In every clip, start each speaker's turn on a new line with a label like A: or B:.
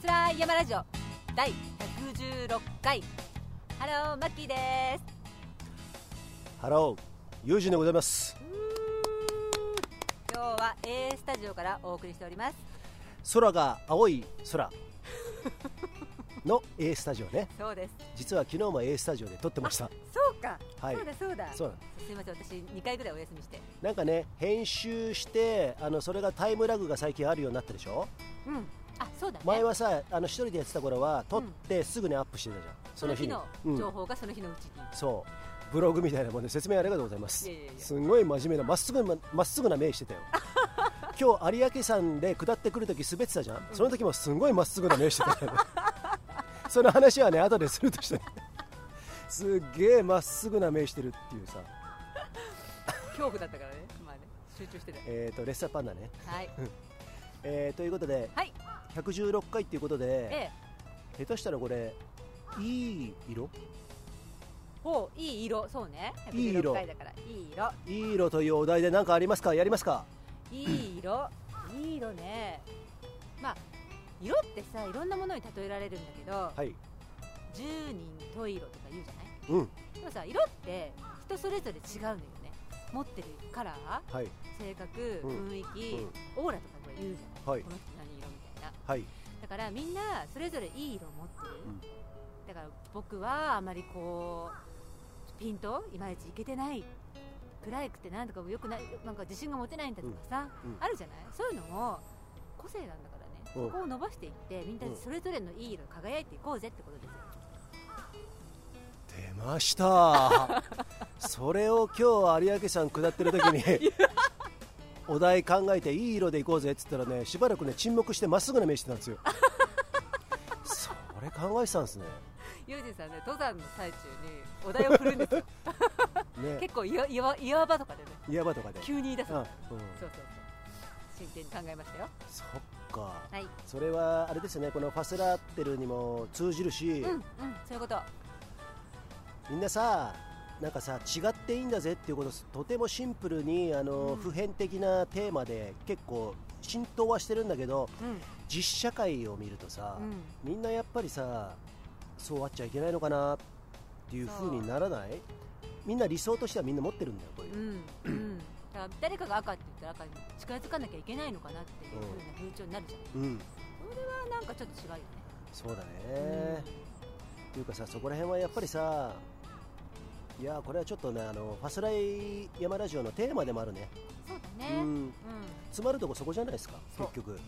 A: つらい山ラジオ第116回ハローマッキーです
B: ハロー、ユージンでございます。
A: 今日は A スタジオからお送りしております
B: 空が青い空の A スタジオね。
A: そうです
B: 実は昨日も A スタジオで撮ってました。
A: そうか、
B: はい
A: そうだそうだ
B: そうなの
A: すいません私2回ぐらいお休みして
B: なんかね、編集して、あのそれがタイムラグが最近あるようになったでしょ。
A: うんあそうだね
B: 前はさ、あの一人でやってた頃は撮ってすぐにアップしてたじゃん。
A: その日の
B: うん
A: 情報がその日のうちに、
B: そう。ブログみたいなもんで説明ありがとうございます
A: いやいやいや
B: すんごい真面目なまっすぐなまっすぐな目して たよ今日有明山で下ってくるとき滑ってたじゃん、その時もすんごいまっすぐな目してたよね その話はね後でするとして すっげえまっすぐな目してるっていうさ
A: 恐怖だったからねまあね集中してた
B: えー、とレッサーパンダね、
A: はい
B: えー、ということで
A: はい
B: 116回っていうことで、
A: A
B: 下手したらこれいい色
A: ほういい色そうね
B: いい色
A: 116回だからいい色
B: いい色というお題で何かありますかやりますか
A: いい色いい色ねまあ色ってさいろんなものに例えられるんだけど
B: はい
A: 十、人十色とか言うじゃない
B: うん
A: でもさ色って人それぞれ違うのよね持ってるカラー
B: はい
A: 性格
B: うん
A: 雰囲気、
B: うん
A: オーラとかこれ言うじゃない、
B: はい
A: この人何色みたいな
B: はい
A: だからみんなそれぞれいい色持ってる、
B: うん
A: だから僕はあまりこうピンといまいちいけてない暗いくてなんとかよくないなんか自信が持てないんだとかさ、
B: うんうん
A: あるじゃないそういうのも個性なんだからね
B: うん
A: そこを伸ばしていってみんな
B: うん
A: それぞれのいい色に輝いていこうぜってことですよ
B: 出ました それを今日有明山下ってる時 にお題考えていい色で行こうぜっつったらねしばらくね沈黙してまっすぐな目してたんですよそれ考えてたんですね
A: ユージさんね登山の最中にお題を振るんです よ
B: ね
A: 結構岩岩岩場とかでね
B: 岩場とかで、
A: 急に言い出す
B: うんう
A: の、
B: ん、
A: そうそうそう真剣に考えましたよ
B: そっか
A: はい
B: それはあれですよねこのファスラーってるにも通じるし、
A: うんうんそういうこと
B: みんなさなんかさ違っていいんだぜっていうこととてもシンプルにあの、
A: うん
B: 普遍的なテーマで結構浸透はしてるんだけど
A: うん
B: 実社会を見るとさ、
A: うん
B: みんなやっぱりさそうあっちゃいけないのかなっていう風にならないみんな理想としてはみんな持ってるんだよこういう
A: う、ん、うん、だから誰かが赤って言ったら赤に近づかなきゃいけないのかなっていう風な風潮になるじゃん、
B: うん
A: それはなんかちょっと違うよね、
B: そうだね、っていうかさそこら辺はやっぱりさいやーこれはちょっとねあのファスライ山ラジオのテーマでもあるね、
A: そうだ
B: う
A: ねうん、
B: ん、詰まるとこそこじゃないですか
A: そう
B: 結局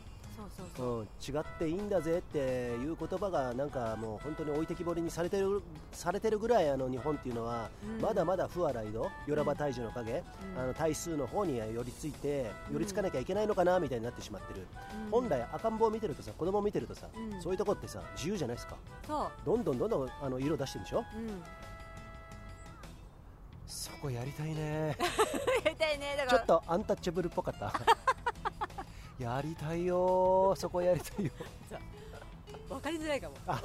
A: そうそう
B: う
A: そう、
B: ん、違っていいんだぜっていう言葉がなんかもう本当に置いてきぼりにされてるされてるぐらいあの日本っていうのは
A: うん
B: まだまだ不和ライド、ヨラバ大樹の影、
A: うん
B: あの対数の方に寄りついて
A: うん
B: 寄りつかなきゃいけないのかなみたいになってしまってる、
A: うん
B: 本来赤ん坊を見てるとさ子供を見てるとさ、
A: うん
B: そういうとこってさ自由じゃないですか
A: そう
B: どんどんどんどんあの色出してるでしょ
A: うん
B: そこやりたいね
A: やりたいねだ
B: ち
A: か
B: ょ
A: ら
B: っとアンタッチャブルっぽかった やりたいよーそこやりたいよ
A: 分かりづらいかも
B: あ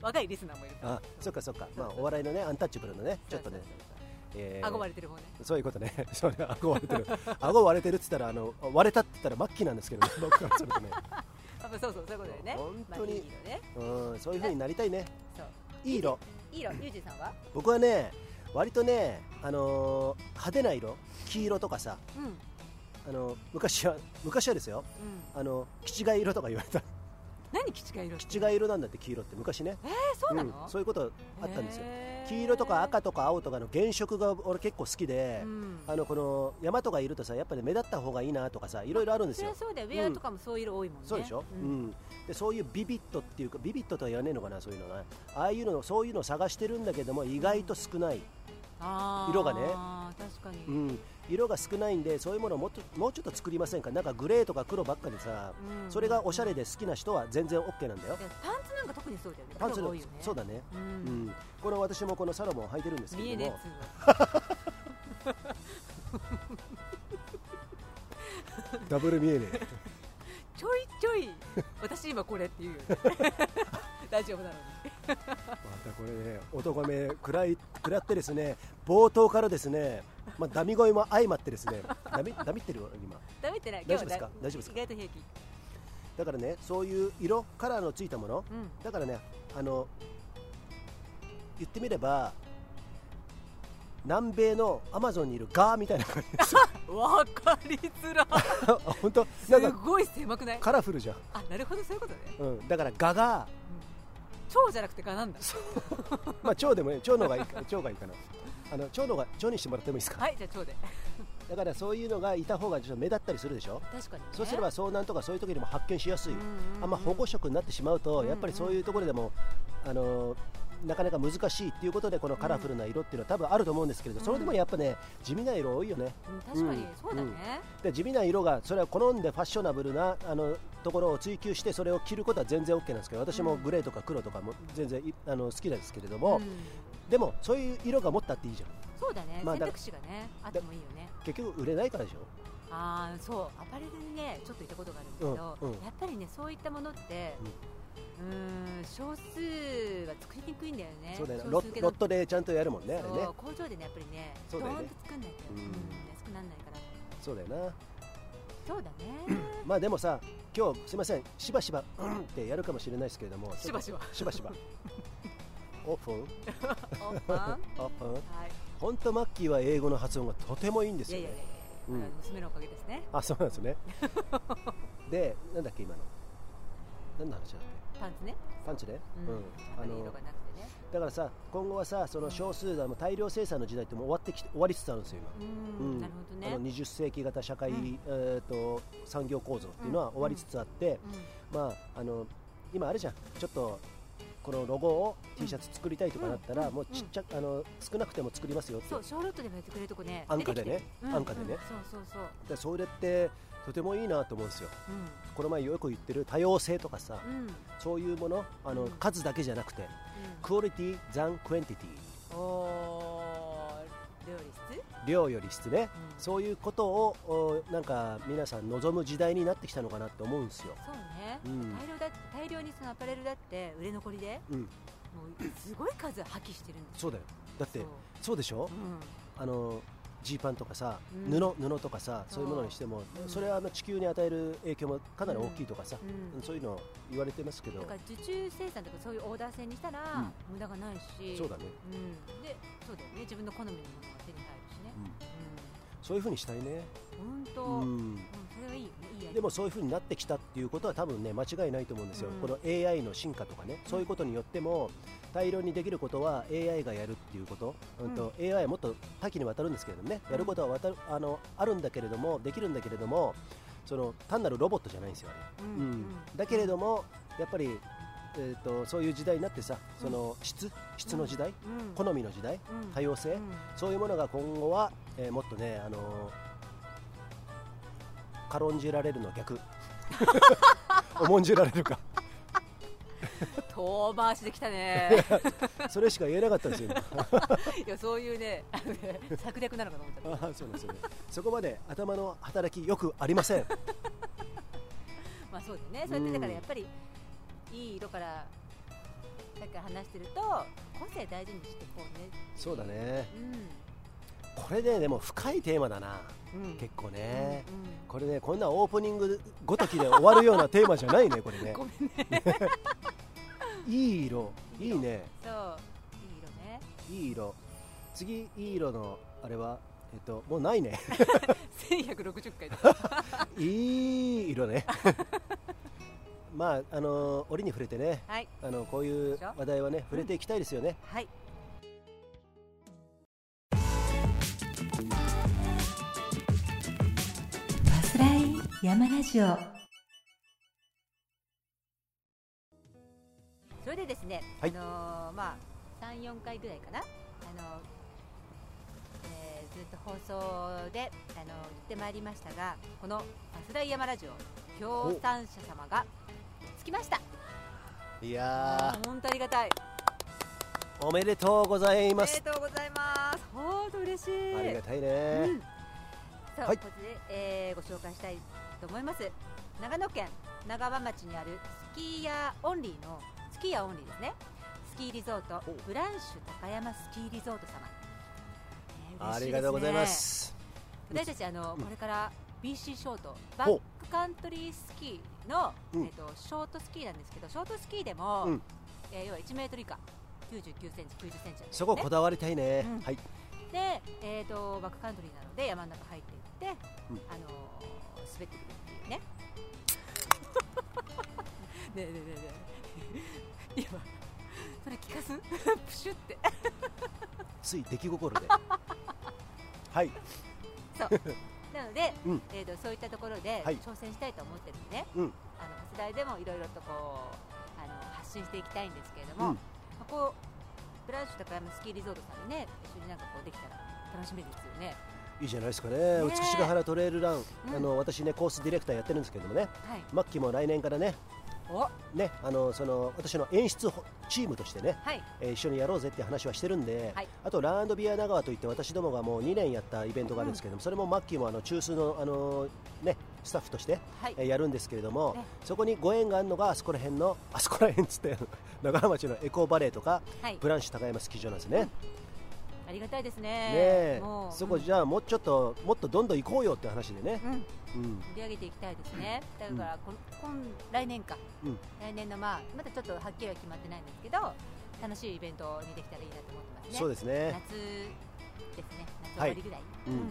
A: 若いリスナーもいるから
B: あそっかそっか、まあ、お笑いのねアンタッチャブルのねちょっとね
A: そうそうそう
B: えー
A: そう憧れてる方ね
B: そういうことね、 そうね顎割れてる、顎割れてるって言ったら、あの割れたって言ったら、 末期なんですけどね、僕からするとね、
A: あそうそうそういうことだよね
B: 本当に
A: まあ、いい色ね
B: うん、そういう風になりたいね、
A: そう
B: いい色、
A: いい色ユージさんは
B: 僕はね割とね、あのー派手な色黄色とかさ、
A: うんうん
B: あの昔は昔はですよあのキチガイ色とか言われた
A: 何キチが色って
B: キチガイ色なんだって黄色って昔ね
A: えー、そうなの、
B: ん、そういうことあったんですよ
A: へー
B: 黄色とか赤とか青とかの原色が俺結構好きで、
A: うん
B: あのこの山とかいるとさやっぱり目立った方がいいなとかさいろいろあるんです
A: そり
B: よ
A: ゃそうだよウェアとかもそういう色多いもんね、
B: そうでしょ、うん
A: ん
B: でそういうビビットっていうかビビットとは言わねえのかなそういうのねああいうのそういうのを探してるんだけども意外と少ない、
A: あー
B: 色がね
A: 確かに、
B: う
A: うん
B: ん、色が少ないんでそういうものをもっともうちょっと作りませんかなんかグレーとか黒ばっかでさ、それがおしゃれ
A: で
B: で好きな人は全然 OK なんだよ
A: パンツなんか特にそうだよね
B: パンツ
A: 色が
B: の、
A: 多いよね
B: そうだね、
A: う
B: うん
A: ん、
B: この私もこのサロモン履いてるんですけ
A: 見え
B: れ
A: ね
B: ど
A: えっ
B: も
A: つうの
B: ダブル見えねえ
A: ちょいち ょい私今これって言うよね大丈夫なのに
B: またこれね男目暗い暗ってですね冒頭からですねまあダミ声も相まってですねダミダミってるわ今
A: ダメってない今日は
B: 大丈夫ですか
A: だ
B: 大丈夫ですか
A: 意外と平気
B: だからねそういう色カラーのついたもの
A: うん
B: だからねあの言ってみれば南米のアマゾンにいるガーみたいな感じです
A: わかりづら
B: 本当なん
A: す
B: か
A: ごい狭くない
B: カラフルじゃん、
A: あなるほどそういうことね、
B: うん、だからガガ
A: うん、蝶じゃなくてガなんだ
B: ー、まあ、蝶でもね蝶の方がいいか蝶がいいかなあの蝶の方が蝶にしてもらってもいいですか、
A: はいじゃあ蝶で
B: だからそういうのがいた方がちょっと目立ったりするでしょ
A: 確かに、ね、
B: そうすれば遭難とかそういう時にも発見しやすい、
A: うんうんうん
B: あんま保護色になってしまうと、
A: うん
B: やっぱりそういうところでも、あのーなかなか難しいっていうことでこのカラフルな色っていうのは多分あると思うんですけれど、
A: うん
B: それでもやっぱね地味な色多いよね
A: うん確かに
B: うん
A: そうだね、
B: で地味な色がそれは好んでファッショナブルなあのところを追求してそれを着ることは全然 OK なんですけど私も
A: うん
B: グレーとか黒とかも全然いあの好きなんですけれど
A: うん
B: も、でもそういう色が持ったっていいじゃん
A: そうだね、
B: まあだ
A: 選択肢がねあってもいいよね
B: 結局売れないからでしょ
A: ああそうアパレルにねちょっと行ったことがあるんだけど、
B: うんうん
A: やっぱりねそういったものってうーん少数は作りにくいんだよね
B: そうだよねロ
A: 少
B: ッ
A: 数系
B: ロ
A: の
B: ットでちゃんとやるもんねあれね
A: そう工場でねやっぱりね
B: そうだよね
A: ドーンと作んないと、
B: うん
A: うん安くならないから
B: そうだよな
A: そうだね
B: まあでもさ今日すいませんしばしばうんってやるかもしれないですけれども
A: しばしば
B: しばしばオープン
A: オープン は
B: オープン
A: い
B: 本当マッキーは英語の発音がとてもいいんで
A: い
B: す
A: や
B: よ
A: いや
B: ね
A: いやいや、
B: うん
A: あの娘のおかげですね
B: あそうなんですね でなんだっけ今の何の話だっけ
A: パンツね
B: パンチね、
A: うん、
B: うん
A: あんま
B: あ
A: り
B: の
A: 色がなくてね
B: だからさ今後はさその少数だも大量生産の時代ってもう終わってきて終わりつつあるんですよ今
A: うん、
B: うん
A: なるほどね
B: あの20世紀型社会、
A: うん
B: えー、と産業構造っていうのは終わりつつあって、まあ、あの今あるじゃん、ちょっとこのロゴを T シャツ作りたいとかなったら、
A: うん
B: もうちっちゃあの少なくても作りますよっ
A: うん
B: て、
A: そうショーロットでもやってくれるとこね
B: 安価でね
A: 出てきてる
B: 安価でね
A: うんそうそうそう
B: でそれってとてもいいなと思うんですよ、
A: うん
B: この前よく言ってる多様性とかさ、
A: うん、うん
B: そういうものあの、
A: うん
B: 数だけじゃなくて、クオリティ、ザン、クエンティティ、
A: おー料理室、
B: 量より質ね、
A: うん
B: そういうことをおなんか皆さん望む時代になってきたのかなと思うんですよ。
A: そうね、
B: うん
A: 大量だ大量にそのアパレルだって売れ残りで
B: うん、
A: もうすごい数破棄してるんです
B: そうだよだって
A: そう
B: そうでしょ、
A: うん
B: あのジーパンとかさ、
A: うん
B: 布布とかさ
A: そ
B: そうういうものにしても、
A: うん
B: それはあの地球に与える影響もかなり大きいとかさ、
A: うん
B: そういうの言われてますけど
A: だから受注生産とかそういうオーダー制にしたら無駄がないし、
B: そうだね、
A: うん、でそうだよね自分の好みのものが手に入るしね
B: うんそういうふうにしたい
A: う
B: ね、
A: ん本当、
B: う
A: うん
B: ん、
A: それはいいよねいいアイ
B: で
A: デア
B: もそういうふうになってきたっていうことは多分ね間違いないと思うんですよ、
A: うん
B: この AI の進化とかねそういうことによっても大量にできることは AI がやるっていうこと、うんと AI はもっと多岐にわたるんですけれどもねやることはわたるあのあるんだけれどもできるんだけれどもその単なるロボットじゃないんですよね。
A: う
B: うんだけれども、やっぱり、えー、とそういう時代になってさ、その質質の時代、
A: うんうん
B: 好みの時代、
A: うん
B: 多様性、
A: うん
B: そういうものが今後は、えーもっとね、あのー軽んじられるの 逆、重んじられるか、
A: 遠回しできた ね
B: それしか言えなかったんですよ、
A: いやそういうね あのね策略なのかと思った
B: 今あーそうなんですよね、そこまで頭の働き、よくありません。
A: まあそうだねそうやってだからやっぱりいい色からさっきから話してると個性大事にしてこうね
B: そうだね
A: う
B: これね、でも深いテーマだな、
A: ん、うん
B: 結構ね、
A: うんうん
B: これね、こんなオープニングごときで終わるようなテーマじゃないね、これね。
A: ごめん ね
B: いい色いいね
A: そういい色 ね
B: いい色次いい色のあれはえっともうないね
A: 1160回 だ
B: いい色ね まああの折に触れてね
A: はい
B: あのこういう話題はね触れていきたいですよね、
A: はいバスライ山ラジオそれでですね、
B: はい
A: あのーまあ三四回ぐらいかなあのー、えーずっと放送であのー言ってまいりましたがこのバスライ山ラジオ協賛者様がつきました
B: いや
A: 本当ありがたい
B: ーおめでとうござい
A: おめ
B: ま
A: ですとうございます。本当嬉しい。
B: ありがたいね、
A: うんそう、
B: はい
A: ここで、えーご紹介したいと思います。長野県長和町にあるスキーヤーオンリーのスキーヤーオンリーですね。スキーリゾート
B: お
A: ブランシュ高山スキーリゾート様。ね嬉し
B: あ
A: いですね
B: りがとうございま。す
A: 私たちあの
B: うん
A: これから BC ショートバ
B: ほ
A: ッ
B: う
A: クカントリースキーの、
B: うん
A: えっとショートスキーなんですけどショートスキーでも、
B: うん
A: えー要は1メートル以下99センチ90センチなんですね
B: そここだわりたいね、
A: うん
B: はい
A: で、えー、とバックカントリーなので山の中入っていって、
B: うん
A: あのー滑ってくるっていう ねねえねえねえねえ今それ聞かす プシュって
B: つい出来 心ではい
A: なので、
B: うん
A: えー、とそういったところで
B: はい
A: 挑戦したいと思ってるんでね、
B: うん
A: あの初代でもいろいろとこうあの発信していきたいんですけれども、
B: うん
A: ここブランシュ高山スキーリゾートさんでね一緒になんかこうできたら楽しみですよね。
B: いいじゃないですかね
A: え
B: 美しが原トレイルラン、
A: うん
B: あの私ねコースディレクターやってるんですけどもね
A: はい、
B: マッキーも来年からね
A: おは
B: ねあのその私の演出チームとしてね、
A: い
B: えー一緒にやろうぜって話はしてるんで、
A: はい
B: あとランドビア長川といって私どもがもう2年やったイベントがあるんですけども、それもマッキーもあの中枢のあの、ね、スタッフとして、
A: はい
B: えーやるんですけれども、
A: ね
B: そこにご縁があるのがあそこら辺のあそこら辺っつって 長浜町のエコーバレーとか
A: はい
B: ブランシュ高山スキー場なんですね,、ね
A: ありがたいですね。
B: え
A: もう
B: そこ
A: うん
B: じゃあもうちょっともっとどんどん行こうよって話でね、
A: うん、
B: うん
A: 盛り上げていきたいですね。だ
B: ん
A: から、こん、今来年か、
B: うん
A: 来年のまあまだちょっとはっきりは決まってないんですけど、楽しいイベントにできたらいいなと思ってますね。
B: そうですね
A: 夏ですね。夏終わりぐらい。
B: うん
A: うん、うん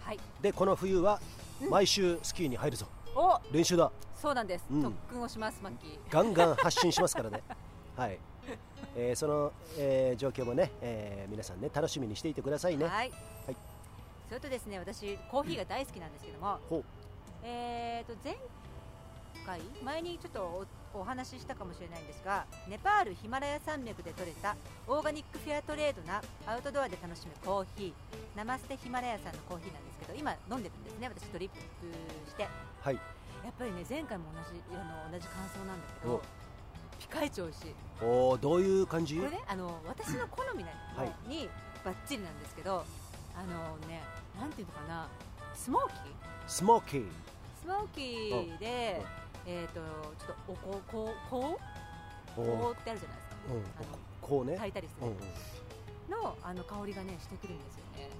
A: はい。
B: でこの冬は
A: うん
B: 毎週スキーに入るぞ、
A: お、
B: 練習だ
A: そうなんです。
B: うん
A: 特訓をします、マッキー。
B: ガンガン発信しますからねはい、えーその、えー状況もね、えー皆さんね楽しみにしていてくださいね
A: はい。
B: はい
A: それとですね、私コーヒーが大好きなんですけども、
B: ほう
A: えーと前回前にちょっとおお話ししたかもしれないんですが、ネパールヒマラヤ山脈で採れたオーガニックフェアトレードなアウトドアで楽しむコーヒー、ナマステヒマラヤさんのコーヒーなんですけど、今飲んでるんですね。私ドリップして、や
B: はい
A: っぱりね前回も同じあの同じ感想なんだけど
B: お、
A: ピカイチ美味しい。
B: おーどういう感じ
A: これねあの私の好みなの
B: はい
A: にバッチリなんですけど、あのねなんていうのかなスモーキー
B: スモーキー
A: スモーキーで
B: うん、
A: えっ、とちょっとおここうこう
B: おー
A: こうってあるじゃないですか
B: う
A: あの
B: んこうね、
A: 炊いたりす
B: うん
A: る
B: うん、
A: のあの香りがねしてくるんですよね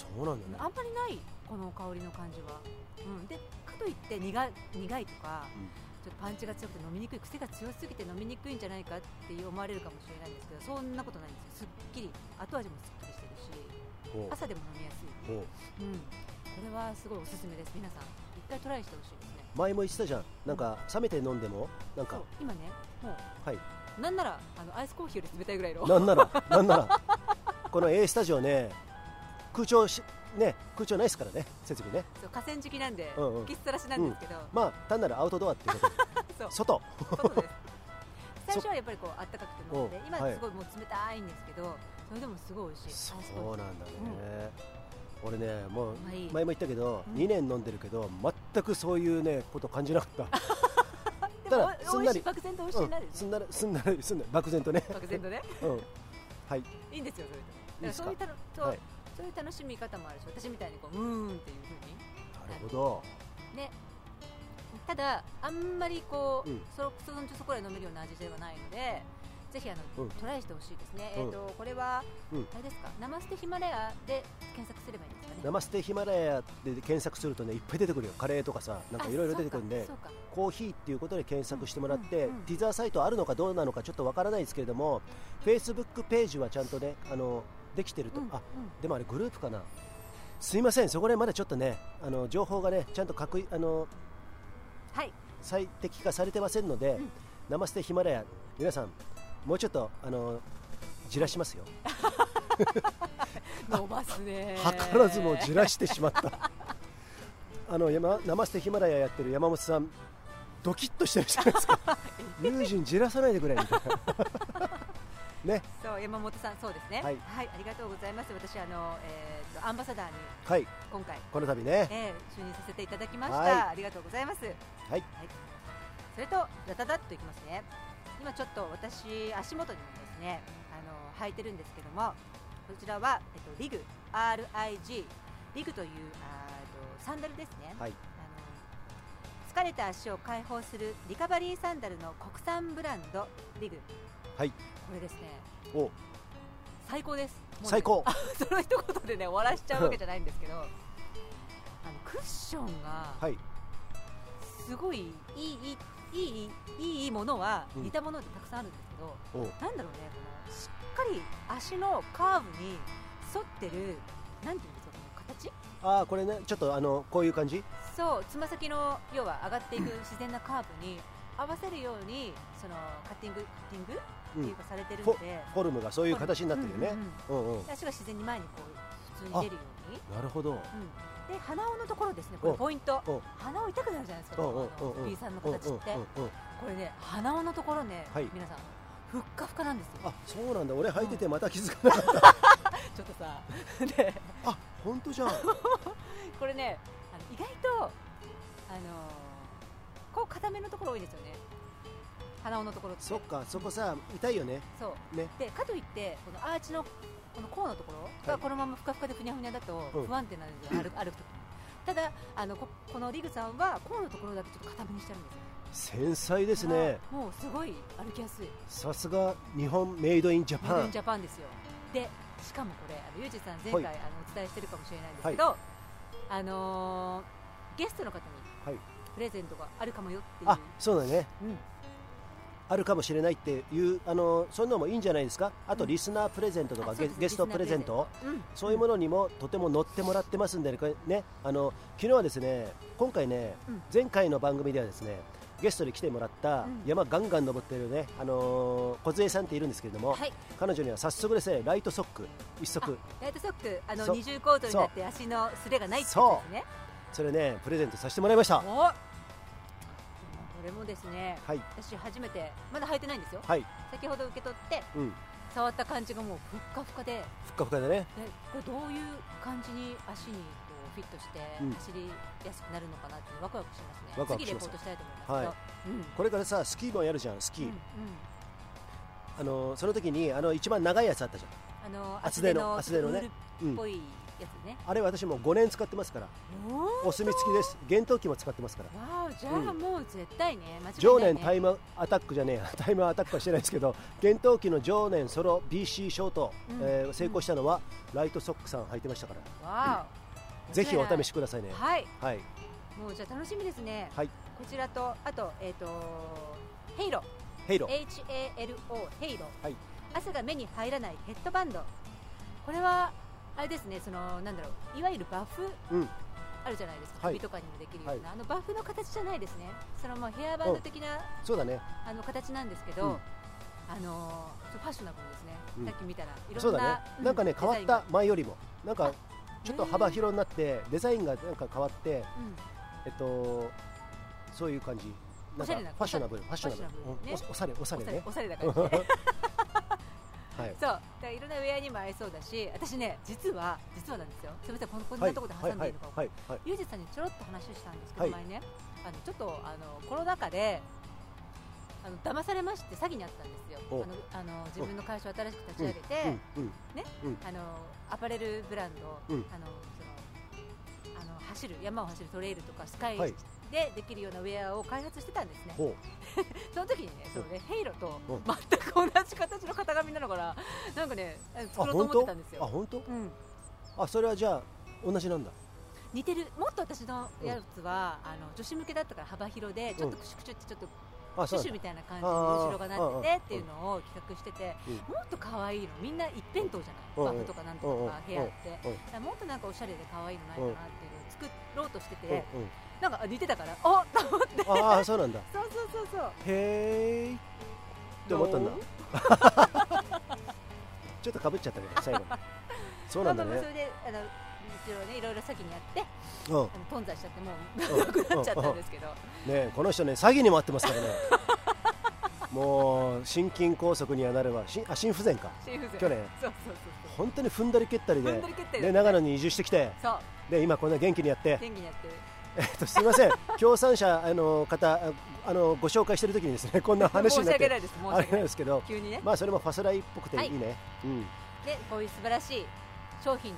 B: そうなんだ
A: あ
B: ね
A: んまりないこの香りの感じは、うん、でかといって苦苦いとか、
B: うん
A: ちょっとパンチが強くて飲みにくい癖が強すぎて飲みにくいんじゃないかって思われるかもしれないんですけどそんなことないんですよすっきり後味もすっきりしてるし
B: おー
A: 朝でも飲みやすい、
B: おー
A: うん、これはすごいおすすめです皆さん一回トライしてほしいですね
B: 前も言ってたじゃんなんか冷めて飲んでもなん
A: そ
B: か
A: う今ねもう
B: はい
A: なんならあのアイスコーヒーより冷たいぐらいの
B: なんなら、なんなら、この A スタジオね、空調し、ね、空調ないですからね、設備ね、
A: そう河川敷なんで、
B: うんうん
A: 吹きっさらしなんですけど、
B: まあ、単なるアウトドアっていうことで
A: そう
B: 外、
A: そうです最初はやっぱりこうあったかくて飲んで
B: お
A: 今
B: はい
A: すごいもう冷たいんですけど、それでもすごい美味しい
B: そ
A: アイス
B: う
A: コーヒ
B: なんだね、俺ね、もう
A: まあいい
B: 前も言ったけど、
A: うん
B: 2年飲んでるけど、全くそういうね、こと感じなかった、
A: ー
B: た
A: で
B: だ
A: も
B: す
A: お
B: ん
A: 美
B: な
A: 味しい
B: り
A: 漠然と美味し
B: う
A: い
B: ん
A: なるよね、
B: すんなり、すんなり、すんなり、漠然とね、
A: 漠然とね
B: うん、はい、
A: いいんですよそれでも
B: いいっ
A: だ
B: す
A: かそうい
B: から
A: うたのそう,、
B: はい
A: そういう楽しみ方もあるし私みたいにこううーんっていうふうに
B: なるほど、
A: ただあんまりこう、
B: うん
A: そそこそこで飲めるような味ではないのでぜひあの、
B: うん
A: トライしてほしいですね、
B: うん
A: えっ、とこれは、
B: うん
A: あれですか「ナマステヒマラヤ」で検索すればいいんですかね
B: ナマステヒマラヤで検索するとね、いっぱい出てくるよ、カレーとかさ、なんかいろいろ出てくるんで
A: あそ。うか
B: コーヒーっていうことで検索してもらって、
A: うんうんうん
B: ティザーサイトあるのかどうなのかちょっとわからないですけれども、フェイスブックページはちゃんとね、あのできてる
A: そ
B: と、
A: うか
B: あでもあれ、グループかな、すいません、そこら辺までちょっとね、あの情報がね、ちゃんと確いあの
A: はい
B: 最適化されてませんので、
A: うん
B: ナマステヒマラヤ、皆さん、もうちょっとあのじらしますよ、
A: うん伸ばす ね
B: 図らずもじらしてしまった、 あの山ナマステヒマラヤやってる山本さん、ドキッとしてるじゃないですか、 友人じらさないでくれみたいな。
A: そう山本さんそうですね
B: は
A: はいい、ありがとうございます私あの、えーとアンバサダーに
B: はい
A: 今回、
B: この度ね、
A: えー就任させていただきました、
B: はい
A: ありがとうございます
B: はい、
A: それとダダダッといきますね今ちょっと私足元にもですねあの履いてるんですけどもこちらは、えっと、リグ RIG リグというあーえっとサンダルですね、
B: はい
A: あの疲れた足を解放するリカバリーサンダルの国産ブランドリグ
B: はい
A: これですね
B: お
A: 最高ですもうね
B: 最高、
A: その一言でね終わらしちゃうわけじゃないんですけどあのクッションが
B: はい、
A: すごいいいいいいいいいいものは
B: うん
A: 似たものってたくさんあるんですけど、
B: おう
A: なんだろうねこのしっかり足のカーブに沿ってるなんていうんですかこの形
B: ああこれねちょっとあのこういう感じ
A: そうつま先の要は上がっていく自然なカーブに合わせるようにそのカッティングカッティング
B: う
A: って
B: ん
A: いうかされてるん
B: フ
A: で、
B: ォフォルムがそういう形になってるよね
A: うんうんうん
B: うんうん
A: 足が自然に前にこう普通に出るように、
B: なるほど
A: うん、で鼻緒のところですねこれ
B: お
A: ポイント
B: お
A: 鼻緒痛くなるじゃないですか
B: お
A: こ
B: うおうおう
A: の
B: おう
A: B さんの
B: うんうん
A: 形って
B: うんうん
A: これね鼻緒のところね、
B: はい
A: 皆さんふっかふかなんですよ
B: あそうなんだ俺履いててまた気づかなかった
A: ちょっとさ で
B: あ本当じゃん
A: これねあの意外とあのーこう固めのところ多いですよね鼻緒のところって
B: そっかそこさ痛いよね
A: そう
B: ね
A: でかといってこのアーチのこの甲のところ
B: は
A: が
B: い
A: このままふかふかでふにゃふにゃだと
B: うん
A: 不安定なんですよ、歩く歩くとただあのここのリグさんは甲のところだけちょっと固めにしてあるんですよ
B: 繊細ですね
A: だからもうすごい歩きやすい
B: さすが日本メイドインジャ
A: メイド
B: パ
A: イン
B: ン
A: ジャパンですよでしかもこれあのユージさん前回、
B: はい
A: あのお伝えしてるかもしれないんですけど、あのーゲストの方に
B: はい
A: プレゼントがあるかもよっていう、
B: あそうだね
A: うん
B: あるかもしれないっていうあのそういうのもいいんじゃないですかあと
A: うん
B: リスナープレゼントとか
A: あそう
B: ゲ
A: です
B: ゲストプレゼント
A: うん
B: そういうものにもとても乗ってもらってますんでねこれねあの昨日はですね今回ね、
A: うん
B: 前回の番組ではですねゲストに来てもらった
A: うん
B: 山ガンガン登ってるね、あのー梢さんっているんですけれども、
A: はい
B: 彼女には早速ですねライトソック一足
A: ライトソックあ
B: そ
A: の
B: う
A: 二重コートになって足のすれがないってことですね
B: それねプレゼントさせてもらいました
A: おこれもですね
B: はい
A: 私初めてまだ履いてないんですよ
B: はい
A: 先ほど受け取って
B: うん
A: 触った感じがもうふっかふかで
B: ふっかふかでね
A: でこれどういう感じに足にこうフィットして
B: うん
A: 走りやすくなるのかなってワクワクしますね、
B: ワクワク
A: 次
B: し
A: レ
B: ます
A: ポートしたいと思いますけど、うん
B: これからさスキーもやるじゃんスキー、
A: うんうん
B: あのーその時にあの一番長いやつあったじ
A: あの
B: 厚手の
A: 厚手の
B: 厚手のね
A: ウールっ
B: ゃん、うん
A: ぽいやつね、
B: あれ私もう5年使ってますから
A: おー
B: お墨付きです厳冬機も使ってますから
A: わおじゃあ
B: うん
A: もう絶対ね間
B: 常
A: 違いない、
B: 年
A: ね、
B: タイムアタックじゃねえや タイムアタックはしてないですけど厳冬期の常年ソロ BC ショート、
A: うん
B: えー成功したのはライトソックさん履いてましたから、
A: わお
B: ぜひお試
A: し
B: しくださいね
A: はい
B: はい
A: もうじゃあ楽しみですね、
B: はい
A: こちらとあとえっ、とヘイロ
B: ヘイロ
A: HALO ヘイロ、
B: はい
A: 汗が目に入らないヘッドバンドこれはあれですねそのなんだろういわゆるバフ、
B: うん
A: あるじゃないですか
B: はい
A: 首とかにもできるような、あのバフの形じゃないですねそのまあヘアバンド的な
B: そうだね
A: あの形なんですけ
B: う
A: ど、
B: ん
A: あのーファッショナブルですね、
B: うん
A: さっき見たらいろんな
B: そうだね、
A: う
B: なんかね
A: デザ
B: 変わ
A: イ
B: っ
A: ンが
B: た前よりもなんか
A: あ
B: ちょっと幅広になってデザインがなんか変わって
A: うん
B: えっとそういう感じな
A: お
B: んか
A: しゃれ
B: フ
A: な
B: ァッショナブルファッショナブル
A: ファッショナブルね
B: うんおおしゃれおしゃれね
A: おしゃれだからそう
B: はい
A: だからいろんなウェアにも合いそうだし私ね実は実はなんですよすみませんこんこん
B: は
A: ないところで
B: は
A: 挟
B: い
A: ん
B: は
A: でい
B: い
A: るのか、
B: はいはい
A: ゆうじさんにちょろっと話をしたんですけど、
B: はい
A: 前ねあのちょっとあのコロナ禍であの騙されまして詐欺にあったんですよ
B: お
A: あのあの自分の会社を新しく立ち上げて、
B: うんうん
A: あのアパレルブランド、
B: うん
A: あのそのあの走る山を走るトレイルとかスカイ
B: はい
A: でできるようなウェアを開発してたんですね、
B: ほ
A: その時にねそうねヘイロと
B: うん
A: 全く同じ形の型紙なのからなんかねあの
B: うあ
A: 作ろうと
B: 本
A: 思って
B: 当
A: たんです
B: あ
A: よ、
B: 本当
A: うん、
B: あそれはじゃあ同じなんだ
A: 似てるもっと私のやつは、あの女子向けだったから幅広でちょっとクシュクシュってちょっと
B: あ
A: シ
B: そ
A: ュ
B: う
A: シ
B: な
A: ュみ
B: んだ
A: たいな感じで後ろがなって
B: あ
A: て
B: あ
A: っていうのを企画してて、
B: うん
A: もっと可愛いのみんな一辺倒じゃ
B: うん
A: ない、バフとかなんとか
B: うん
A: ヘアって、だか
B: うん
A: らもっとなんかおしゃれで可愛いのないかなっていうのを作ろうとしてて、
B: うんうん
A: なんかあ似てたからあっそう
B: あ あそうなんだ
A: そうそうそう
B: へーいって思ったんだ
A: どう
B: ちょっとかぶっちゃったけ ど最後にそう
A: ま
B: な
A: あ
B: ん
A: ま
B: だ
A: あまあそ
B: ね
A: れであの一応ねいろいろ先にやって
B: うんうん
A: あの頓挫しちゃってもう
B: う
A: なっちゃった
B: んうん
A: んですけど、
B: ねえこの人ね詐欺にもあってますからね もう心筋梗塞にはなるわ心あ心不全か
A: シーフーズ
B: 去年
A: そうそう
B: 本当に踏んだり蹴ったり
A: そうそ
B: で
A: う踏んだり蹴ったりだ
B: で長野に移住してきて
A: そう
B: で今こんな元気にやって、
A: 天気にやってる
B: えっと、すみません共産者あの方ああのご紹介してる時にですねこんな話
A: 申し
B: になっ
A: 訳
B: て
A: ないです申し
B: あれ
A: 訳
B: な
A: なんい
B: ですけど
A: 急にね、
B: まあそれもファスライっぽくていいね、
A: でこういう素晴らしい商品を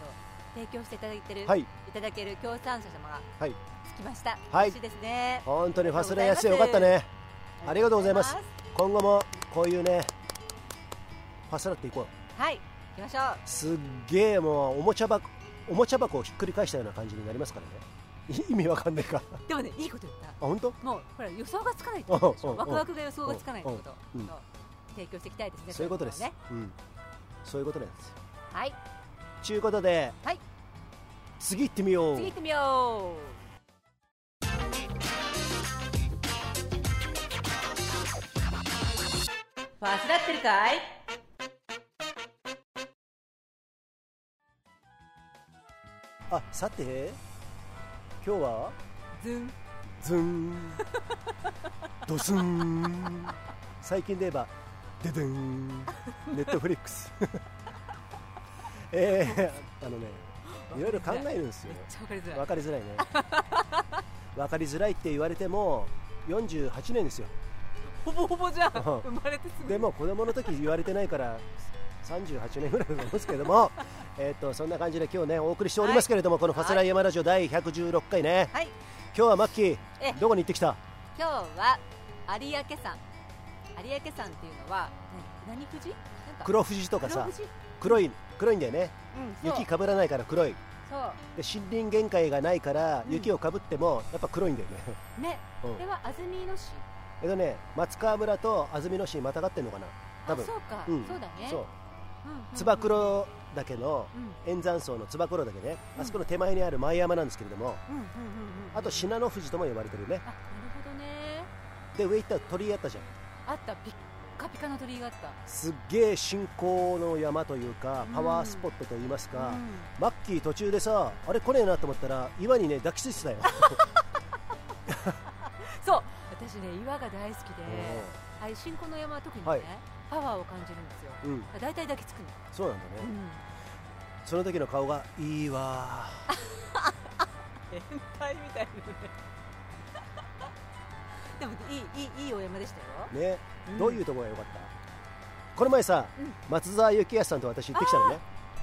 A: 提供していただいてる、
B: うん
A: い、
B: はい
A: ただける協賛者様が
B: はい
A: つきました、
B: はい
A: 嬉しいですね
B: 本当にファスライやって
A: あり
B: よ
A: が
B: か
A: とう
B: った
A: ござい
B: ねありがとうございます
A: ありがと
B: 今後もこういうねファスラっていこう
A: うございますはい行きましょう
B: すっげえもうおもちゃ箱おもちゃ箱をひっくり返したような感じになりますからね い意味わかんねえか
A: でもねいいこと言った
B: あ本当
A: もうほら予想がつかないってことでし
B: うんう
A: ょ
B: ん
A: ワクワクが予想がつかないってこと
B: うんうん
A: そう提供していきたいですね
B: そういうことです
A: ね
B: うん、そういうことなんですよ
A: はい
B: ちゅうことで、
A: はい
B: 次行ってみよう
A: 次行ってみよう忘れってるかい
B: あさて今日は
A: ズン
B: ズンドスン最近で言えばデデンネットフリックス えー、あのねいろいろ考えるんです
A: め
B: よ
A: っちゃわかりづらい
B: 分かりづらいね分かりづらいって言われても48年ですよ
A: ほぼほぼじゃん
B: うん
A: 生まれてすぐ
B: でも子供の時言われてないから38年ぐらいだと思うんですけどもえっとそんな感じで今日ねお送りしておりますけれども、この「ファスライヤマラジオ」第116回ね
A: はい
B: 今日はマッキー
A: え
B: どこに行ってきた
A: 今日は有明山有明山っていうのは何何富士なんか
B: 黒富士とか
A: 黒
B: さ
A: 富士うん
B: 黒い黒いんだよね
A: そう
B: 雪かぶらないから黒い
A: そ
B: で森林限界がないから
A: うん
B: 雪をかぶってもやっぱ黒いんだよね、
A: うね
B: うん
A: これは安曇野市
B: えっとね松川村と安曇野市にまたがってんのかな多
A: あ
B: 分
A: そうか
B: うん
A: そうだね
B: そう
A: うんうんうん
B: つば九郎岳の
A: うん
B: 円山荘のつば九郎岳ね
A: うん
B: あそこの手前にある前山なんですけれども
A: うんうんうんうん
B: あと信濃富士とも呼ばれてるね
A: あなるほどね
B: で上行ったら鳥居あったじゃん
A: あったピッカピカの鳥居があった
B: すっげえ信仰の山というか
A: うん
B: パワースポットといいますか、
A: うん
B: マッキー途中でさあれ来ねえなと思ったら岩にね抱きついてたよ、
A: そう私ね岩が大好きでああいう信仰の山は特に
B: はい
A: ねパワーを感じるんですよ
B: うんうん
A: 大体抱きつくの
B: そうなんだ
A: う
B: ね、
A: ん
B: その時の顔がいいわ
A: 変態みたいなね でもいいいいいいお山でしたよ、
B: ーね、
A: ん
B: どういうところが良かったこの前さ、
A: うん
B: 松沢幸康さんと私行ってきたのね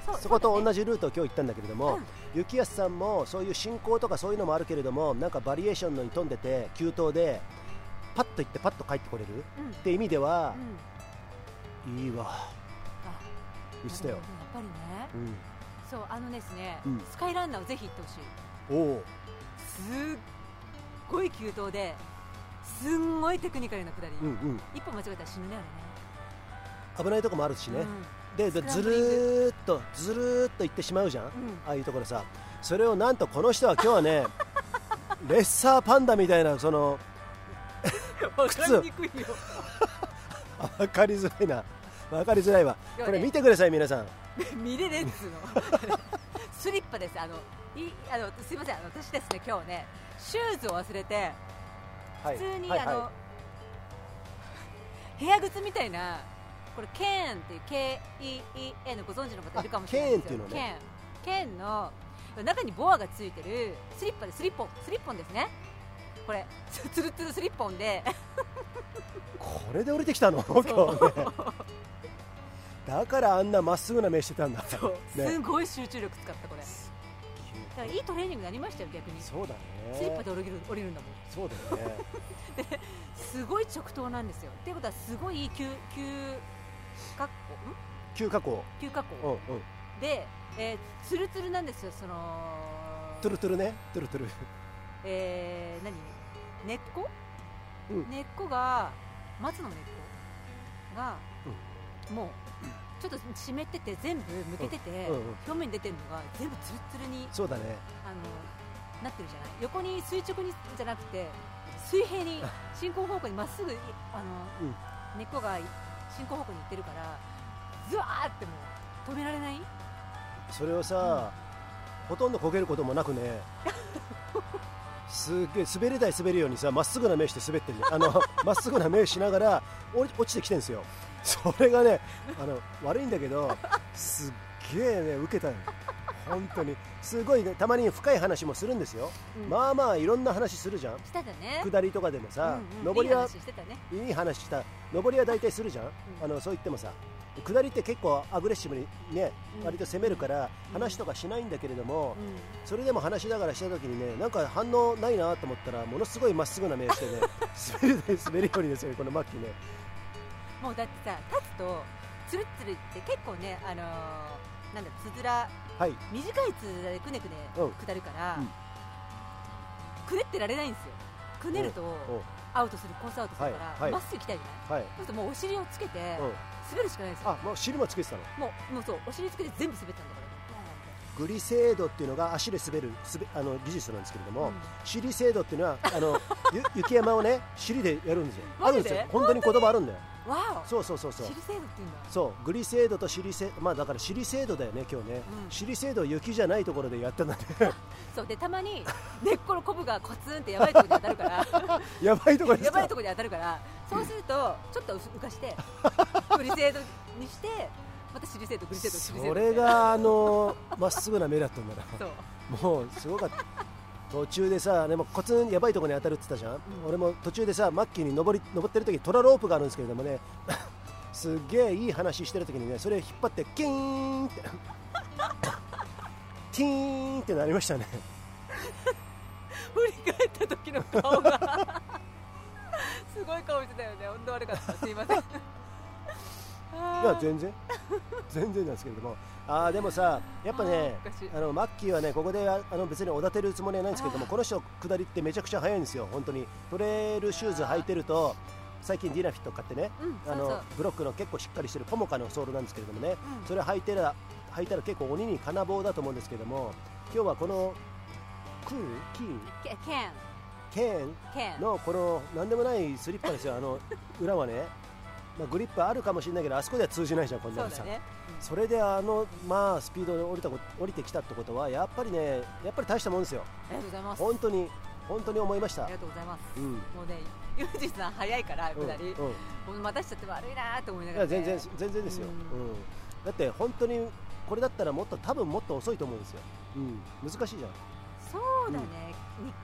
A: そう
B: そこと
A: じ
B: 同じルートを今日行ったんだけれども、幸康さんもそういう信仰とかそういうのもあるけれどもなんかバリエーションのに富んでて急登でパッと行ってパッと帰ってこれる
A: うん、
B: って意味では
A: う、ん、
B: いいわ言ってたよ
A: やっ、ぱりね
B: うん、
A: そうあのですね、
B: うん
A: スカイランナーをぜひ行ってほしい
B: おお
A: すっごい急登ですんごいテクニカルな下り、
B: うんうん
A: 一歩間違えたら死ぬねあ
B: 危ないとこもあるし
A: れね
B: ね、で
A: スクラン
B: ず
A: ブ
B: る
A: リング
B: ーっとずるーっと行ってしまうじゃん、
A: うん、うん
B: ああいうところさそれをなんとこの人は今日 はねレッサーパンダみたいなその
A: わ
B: 靴
A: かりにくいよ
B: あ分かりづらいな分かりづらいわ
A: 要は
B: これ
A: ね
B: 見てください皆さん
A: 見れねえっつうのスリッパですあのいあのすいませんあの私ですね今日ねシューズを忘れて
B: はい
A: 普通に、
B: はい
A: あの、
B: は
A: 部屋靴みたいなこれケーンっていう KEEN ご存知の方いるかもしれないんですよ
B: あケーンっていうのね
A: ケーンケーンの中にボアがついてるスリッパでスリッポンスリッポンですねこれつ つるつるスリッポンで
B: いこれで降りてきたの今日ねだからあんなまっすぐな目してたんだそう
A: すごい集中力使ったこれだからいいトレーニングになりましたよ逆にス
B: そうだね
A: リッパで降りる降りるんだもん
B: そうだよね
A: すごい直投なんですよっていうことはすごい急急格好ん
B: 急加工
A: 急加
B: うんう
A: 工
B: ん
A: で、えー、ツルツルなんですよその
B: トゥルトゥルねトゥルトゥル
A: えー、何根っこ、
B: うん
A: 根っこが松の根っこが、もうちょっと湿ってて全部むけてて、
B: うんうん
A: 表面に出てるのが全部ツルツルに
B: そうだね
A: あのなってるじゃない横に垂直にじゃなくて水平 に進行方向にまっすぐいあの、
B: うん
A: 根っこが進行方向に行ってるからずわーってもう止められない
B: それをさ、ほとんどこけることもなくね すっげえ滑り台滑るようにさまっすぐな目して滑ってるじゃんあの まっすぐな目しながらお落ちてきてんですよそれがねあの悪いんだけどすっげえね受けたよ本当にすごいねたまに深い話もするんですよ、
A: うん
B: まあまあいろんな話するじゃん
A: したじゃね
B: 下りとかでもさ、
A: うんうん
B: 上
A: い
B: り
A: い
B: は
A: 話してたね
B: いい話した上りは大体するじゃん、あのそう言ってもさ下りって結構アグレッシブにね、
A: うん
B: 割と攻めるから
A: うん
B: 話とかしないんだけれど
A: う
B: も、
A: ん
B: それでも話しながらした時にねなんか反応ないなと思ったらものすごいまっすぐな 目してね滑る滑るようにですよねこのマッキーね
A: もうだってさ立つとつるつるって結構ねあのーなんだつづら
B: はい
A: 短いつづらでくねくね
B: うん
A: 下るから、
B: うん
A: くねってられないんですよくねると
B: おう
A: アウトするコースアウトするか
B: はいは
A: ら
B: い
A: まっすぐ来たいじゃない
B: は
A: そ
B: い
A: うするともうお尻をつけて
B: うん
A: 滑るしかないんですよ
B: あもう尻もつけてたの
A: もうもうそうお尻つけて全部滑ったんだから
B: グリセードっていうのが足で滑る滑あの技術なんですけれども、
A: うん
B: 尻セードっていうのはあのゆ 雪山をね尻でやるんですよあ
A: マ
B: るん
A: ジ
B: で
A: です
B: よ本当に言葉あるんだよ
A: わ
B: そうそうそう
A: お
B: そう
A: 尻制度っていうんだ
B: そうグリセードと尻セまあだから尻セードだよね今日ね、
A: うん
B: 尻セードを雪じゃないところでやったんだね
A: そうでたまに根っこのコブがコツンってやばいところに当たるから
B: やばいところです
A: や
B: か
A: ばいところに当たるからそうするとちょっと浮かしてグリ制度にしてまた尻制度グリ制度尻制度
B: それが あのまっすぐな目だったんだな
A: そう
B: もうすごかった途中でさでもコツンやばいところに当たるって言ったじゃ
A: う
B: ん、
A: ん
B: 俺も途中でさマッキーに登り登ってる時にトラロープがあるんですけれどもね すっげえいい話してる時にねそれ引っ張ってキーンって ティーンってなりましたね
A: 振り返った時の顔がすごい顔してたよね温度悪かったすいませんあ
B: いや
A: ー
B: 全然 全然なんですけれどもあーでもさやっぱね
A: あーおかしい
B: あのマッキーはねここでああの別におだてるつもりはないんですけれども
A: あー
B: この人下りってめちゃくちゃ速いんですよ本当にトレールシューズ履いてると最近ディナフィット買ってね
A: うんそ
B: あ
A: うそう
B: のブロックの結構しっかりしてるポモカのソールなんですけれどもね、
A: うん
B: それ履いてら履いたら結構鬼に金棒だと思うんですけれども今日はこのクーキー
A: けけん
B: ケーン
A: けん
B: のこの何でもないスリッパですよあの裏はね、まあ、グリップあるかもしれないけどあそこでは通じないじゃんこん
A: そ
B: なの
A: う
B: さ
A: だね
B: それであの、まあ、スピードで降りたこ降りてきたってことはやっぱりねやっぱり大したもんですよ
A: ありがとうございます
B: 本当に本当に思いまし
A: あ
B: た
A: りがとうございます
B: うん
A: もうねユージさん早いから
B: うん、
A: 下り、
B: うん
A: もう待たしちゃって悪いなーと思いないがら
B: や
A: ね、
B: 全然全然ですよ、う
A: うん
B: だって本当にこれだったらもっと多分もっと遅いと思うんですよ、うん、難しいじ
A: そうだね、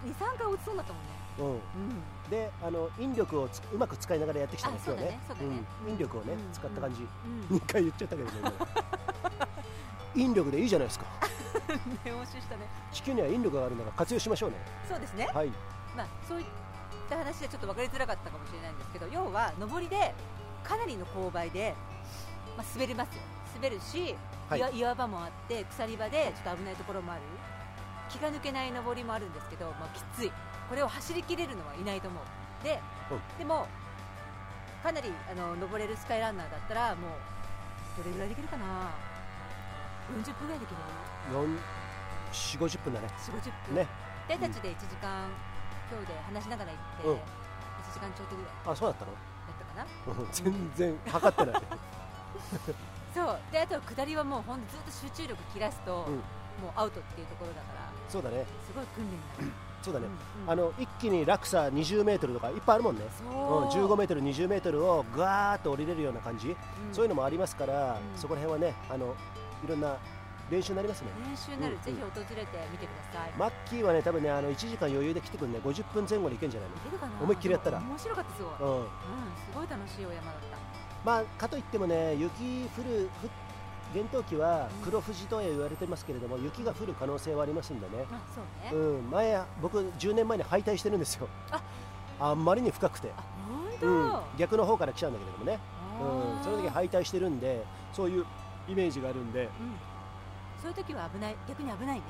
A: に23回落ちそうになったもんね
B: ゃん、うん、
A: うん
B: であの引力をつうまく使いながらやってきたんですよね
A: あそうだねそうだね
B: うん、引力をね、
A: うん
B: 使った感じ、
A: う
B: 2回言っちゃったけどね 今引力でいいじゃないですか
A: ん念押ししたね
B: 地球には引力があるなら活用しましょうね
A: そうですね
B: はい
A: まあそういった話でちょっと分かりづらかったかもしれないんですけど要は上りでかなりの勾配で、まあ、滑りますよ滑るし、
B: はい
A: 岩岩場もあって鎖場でちょっと危ないところもある気が抜けない上りもあるんですけど、まあ、きついこれを走りきれるのはいないと思うで、
B: うん
A: でもかなりあの登れるスカイランナーだったらもうどれぐらいできるかな40分ぐらいできる
B: 4 5 0分だね
A: 4 5 0分
B: ね
A: でたちで1時間、今日で話しながら行って、
B: うん
A: 1時間ちょっとぐらい
B: あそうだったの
A: だったかな
B: うん全然測ってない
A: そうであとは下りはもうほんとずっと集中力切らすと、
B: うん
A: もうアウトっていうところだから
B: そうだね
A: すごい訓練になる
B: そうだね、
A: うんうん
B: あの一気に落差20メートルとかいっぱいあるもんねうん、
A: そう、
B: 15メートル、20メートルをぐわーっと降りれるような感じ、
A: うん
B: そういうのもありますから、
A: うん
B: そこら辺はね、あのいろんな練習になりますね。
A: 練習になる、
B: うん
A: ぜひ訪れてみてください、
B: マッキーはね、多分ね、あの1時間余裕で来てくるね、50分前後に行けんじゃない
A: 出るかな
B: 思いっきりやったら
A: でも面白かったですよ、うん、す
B: の。うん、
A: ごい楽しいお山だった
B: まあ、かといってもね、雪降る、ふ厳冬期は
A: うん
B: 黒富士とは言われてますけれども、雪が降る可能性はありますんでね。
A: あそうね、
B: うん、前、僕10年前に敗退してるんですよ。
A: あ
B: あんまりに深くて。
A: あ本当、
B: うん
A: あ、
B: 逆の方から来ちゃうんだけれどもね。う
A: ー
B: ん、その時敗退してるんで、そういうイメージがあるんで。
A: うんそういう時は危ない逆に危ないね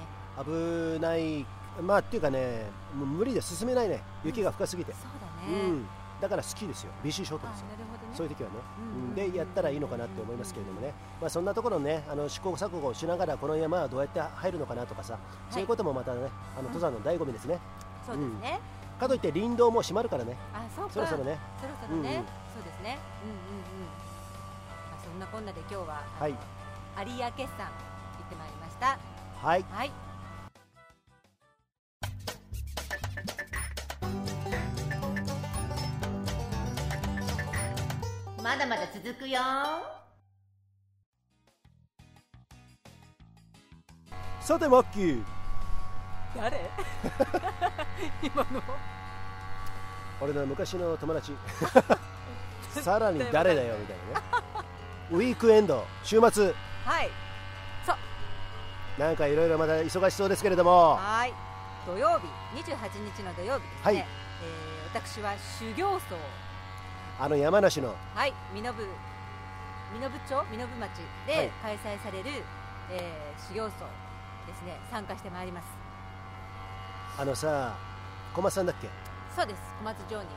B: 危ない、まあっていうかね、もう無理で進めないね、雪が深すぎて
A: そう、だ
B: う
A: ね、
B: ん、だから好きですよ、BC ショー
A: あ
B: ト
A: な
B: ですよ、
A: るほどね
B: そういう時はね、うん
A: うんうんうん
B: でやったらいいのかなって思いますけれどもね、まあ、そんなところね、あの試行錯誤をしながら、この山はどうやって入るのかなとかさ、そういうこともまたね、あの登山の醍醐味ですね、
A: そうですね、
B: かといって林道も閉まるからね、
A: あそうか
B: そろそろね、
A: そろそろね、
B: うんうん
A: そうですね。うんうんうん。まあそんなこんなで今日は、あ
B: はい
A: の有明山行ってまいりました。
B: はい、
A: はい。まだまだ続くよ。
B: さて、マッキー、
A: 誰？ 今の。
B: 俺の昔の友 達、さらに誰だよみたいなね、 ウィークエンド、週末、
A: はい。
B: なんかいろいろまた忙しそうですけれども。
A: はい。土曜日、二十八日の土曜日ですね。
B: はい
A: えー私は修行僧。
B: あの山梨の
A: はい、身延部身延部町身延部町で開催される、えー修行僧ですね参加してまいります
B: あのさ小松さんだっけ
A: そうです小松ジョーニー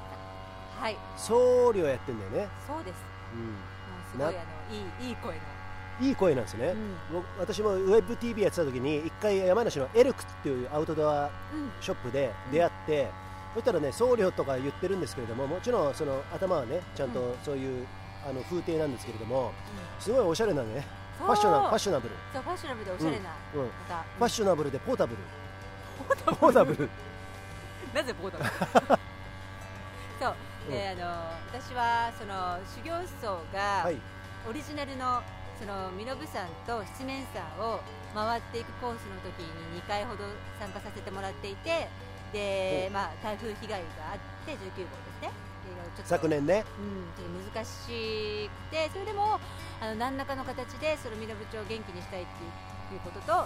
A: さんはい
B: 僧侶やってんだよね、
A: そうですもうすごいあのいいいい声の、
B: うん、いい声なんですね、僕私もウェブ TV やってた時に一回山梨のエルクっていうアウトドア
A: うんうん
B: ショップで出会って、そしたらね僧侶とか言ってるんですけれどももちろんその頭はねちゃん
A: う
B: とそういう、あの風景なんですけれどもすごいおしゃれなね
A: フ
B: ファッショナファッショナブル、
A: そうファッショナブルでおしゃれな、
B: うん、フ
A: ま
B: ァッショナブルでポータブルポータブル
A: た なぜここだ そうであの私はその修行僧が
B: はい
A: オリジナルのその身延山と七面山を回っていくコースの時に2回ほど参加させてもらっていてで、まあ、台風被害があって19号ですねでいろいろちょっと
B: 昨年ね
A: うん、ちょっと難しくてそれでもあの何らかの形でその身延町を元気にしたいっていうことと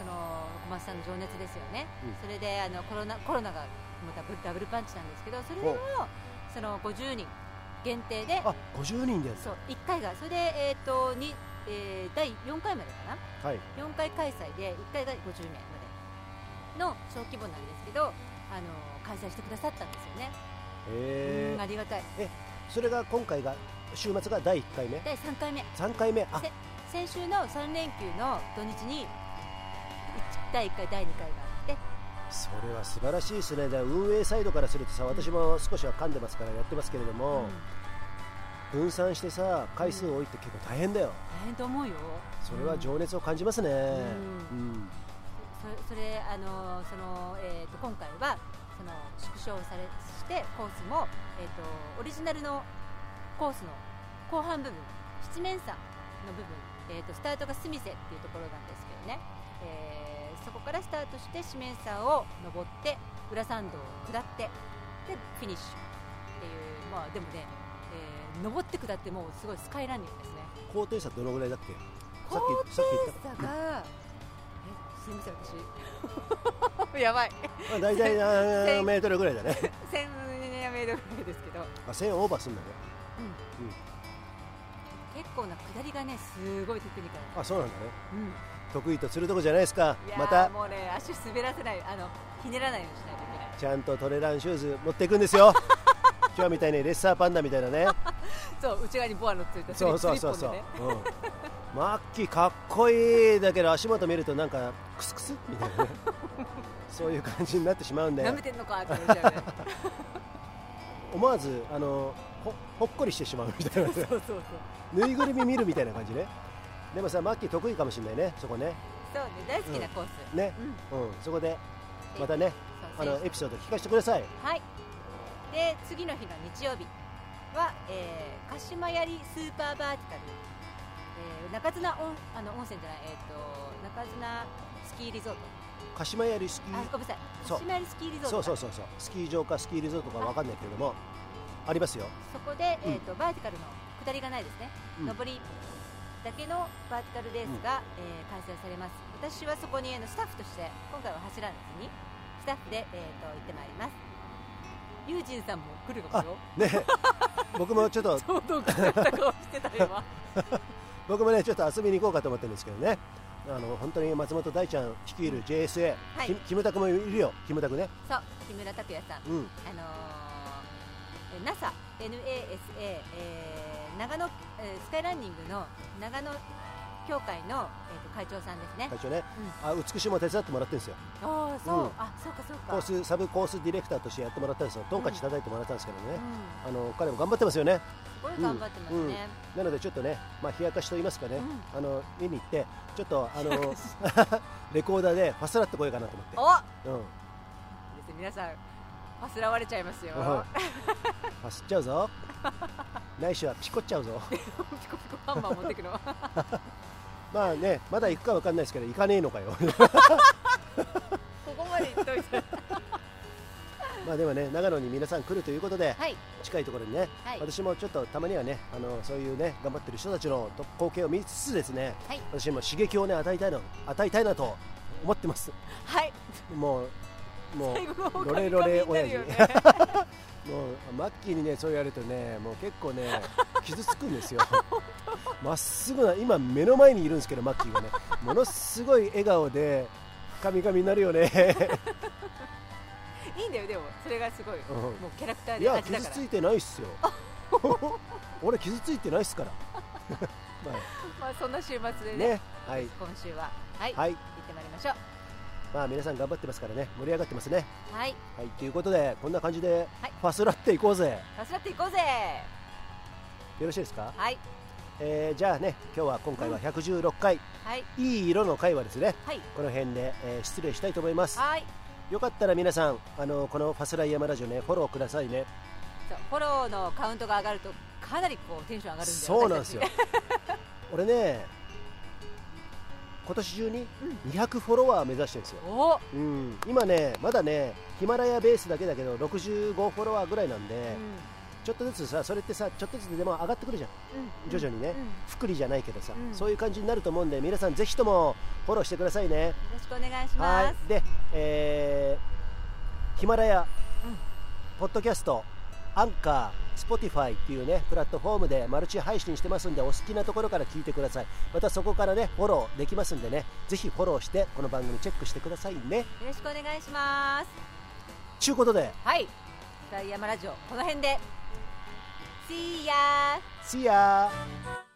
A: その小松さんの情熱ですよね、
B: うん
A: それであのコロナコロナがもうダブダブルパンチなんですけどそれでもその50人限定で
B: あ50人で
A: そう1回がそれで、えーとにえー第4回までかな
B: はい
A: 4回開催で1回が50名までの小規模なんですけどあの開催してくださったんですよね、
B: え
A: うんありがたい
B: ー、それが今回が週末が第1回目
A: 第3回目
B: 3回目あ
A: せ先週の3連休の土日にい第1回第2回があって
B: それは素晴らしいですね、で運営サイドからするとさ、私も少しは噛んでますからやってますけれども、分散してさ、回数多いって結構大変だよ、
A: 大変と思うよ
B: それは情熱を感じますね、
A: う
B: うん
A: そそれあのその、えー、と今回はその縮小されしてコースも、えー、とオリジナルのコースの後半部分七面山の部分、えー、とスタートがスミセっていうところなんですけどね、えーそこからスタートして四面山を登って裏参道を下ってでフィニッシュっていうまあでもね、えー登って下ってもうすごいスカイランニングですね
B: 高低差どのぐらいだっけ、さ
A: 高
B: っきさっき言
A: 低差が、えすみません私 やばい
B: まあ、大体何メートルぐらいだね、
A: 千0メートルぐらいですけど
B: あ1000オーバーするんだね、
A: 結構な下りがねすごいテクニカルな
B: あそうなんだね、
A: うん
B: 得意とするとこじゃないですか
A: いや、ー
B: また
A: もうね足滑らせないあのひねらないようにしないといけない
B: ちゃんとトレランシューズ持っていくんで すよ、今日みたいにレッサーパンダみたいなね、
A: そう内側にボアのついたスリ
B: そうそう
A: ッ
B: そう
A: ポン
B: そ
A: で
B: う
A: ね、
B: うん、マッキーかっこいいだけど足元見るとなんかクスクスみたいなね そういう感じになってしまうんで
A: 舐めてんのかって思っちゃう ね
B: 思わずあのほほっこりしてしまうみたいなね
A: そうそうそう
B: ぬいぐるみ見るみたいな感じねでもさマッキー得意かもしれないねそこね
A: そうね大好きなコース、
B: ね
A: うん
B: うんそこでまたね
A: そ
B: あ
A: う選
B: の
A: 手
B: エピソード聞かせてください
A: はい。で次の日の日曜日は、えー、鹿島槍スーパーバーティカル、えー、中綱温あの温泉じゃないえっ、と中綱スキーリゾート、
B: 鹿島槍スキ
A: あごめんなさい
B: そう
A: 鹿島槍スキーリゾー
B: ー
A: ト
B: そうそう
A: う
B: そうそうスキー場かスキーリゾートかわかんないけれどもありますよ
A: そこでえっ、と、バーティカルの下りがないですね、
B: うん
A: 上りだけのバーティカルレースが、えー開催されます私はそこにあのスタッフとして今回は走らずにスタッフで、えー、と行ってまいりますユージンさんも来るかもよ
B: ね僕もちょっと
A: ちょうど来た顔してたよ今
B: 僕もねちょっと遊びに行こうかと思ってるんですけどねあの本当に松本大ちゃん率いる JSA、
A: はい
B: キキムタクもいるよキムタクね
A: そう木村拓哉さん、あ
B: うん
A: のー、NASA、NASA、えー長野えースカイランニングの長野協会の、えー、と会長さんですね。
B: 会長ね、あ美しいも手伝ってもらってるんですよ
A: ああそう、
B: うん
A: あそうかそうか。
B: コースサブコースディレクターとしてやってもらったんですよトンカチ叩いてもらったんですけど
A: うん、
B: ね、あの彼も頑張ってますよね
A: すごい頑張ってますね。
B: なのでちょっとねまあ冷やかしと言いますかね、
A: う
B: あの見に行ってちょっとあの レコーダーでファスラってこようかなと思って
A: お、
B: うん
A: ですね皆さんあすらわれちゃいますよ。
B: うんファスっちゃうぞ ないしはピコっちゃうぞ
A: ピコピコハンマー持ってく の。
B: まあねまだ行くかわかんないですけど行かねえのかよ
A: ここまで行っといて。
B: まあでもね長野に皆さん来るということで
A: はい
B: 近いところにね、
A: はい
B: 私もちょっとたまにはねあのそういうね頑張ってる人たちのと光景を見つつですね
A: はい
B: 私も刺激をね与えたいな与えたいなと思ってます
A: はい。
B: もうも
A: 最後
B: うロレロレ親
A: に
B: 父
A: な るよね。
B: もうマッキーにねそう言われるとねもう結構 ね傷つくんですよまっすぐな今目の前にいるんですけどマッキーがね ものすごい笑顔でカミカミになるよね
A: いいんだよでもそれがすごい、
B: うん
A: もうキャラクター
B: い
A: で
B: や
A: 味
B: 傷
A: だか
B: ついてない っすよ俺傷ついてないっすから ま
A: らまあそんな週末
B: あ
A: でね
B: ねはい
A: 今週ははい、
B: はい
A: 行ってまいりましょう
B: まあ皆さん頑張ってますからね盛り上がってますね
A: はい
B: はいということでこんな感じで
A: はい
B: ファスラっていこうぜ
A: さすらっていこうぜ
B: よろしいですか、
A: はい
B: えーじゃあね今日は今回は116回、
A: はい
B: いい色の回はですね
A: はい
B: この辺で、えー失礼したいと思います
A: はい
B: よかったら皆さんあのこのファスライヤマラジオねフォローくださいね
A: そうフォローのカウントが上がるとかなりこうテンション上がるんで
B: そうなんですよ
A: 私
B: 俺ね今年中に200フォロワー目指してるんですよ
A: たち おお、
B: うん、今ね、まだね、ヒマラヤベースだけだけど、65フォロワーぐらいなんで、
A: う
B: ちょっとずつさ、それってさ、ちょっとずつでも上がってくるじゃん、
A: んうん
B: 徐々にね、
A: うんよ
B: 福利じゃないけどさ、
A: うん
B: そういう感じになると思うんで、皆さん、ぜひともフォローしてくださいね。
A: ろしくお願いします
B: はいで、えーヒマラヤ、
A: うん
B: ポッドキャスト、アンカー、スポティファイっていうねプラットフォームでマルチ配信してますんで、お好きなところから聞いてください、またそこからねフォローできますんでね、ぜひフォローして、この番組チェックしてくださいね。
A: よろしくお願いします
B: ちゅうことで、
A: はいダイヤマラジオこの辺で See ya!
B: See ya.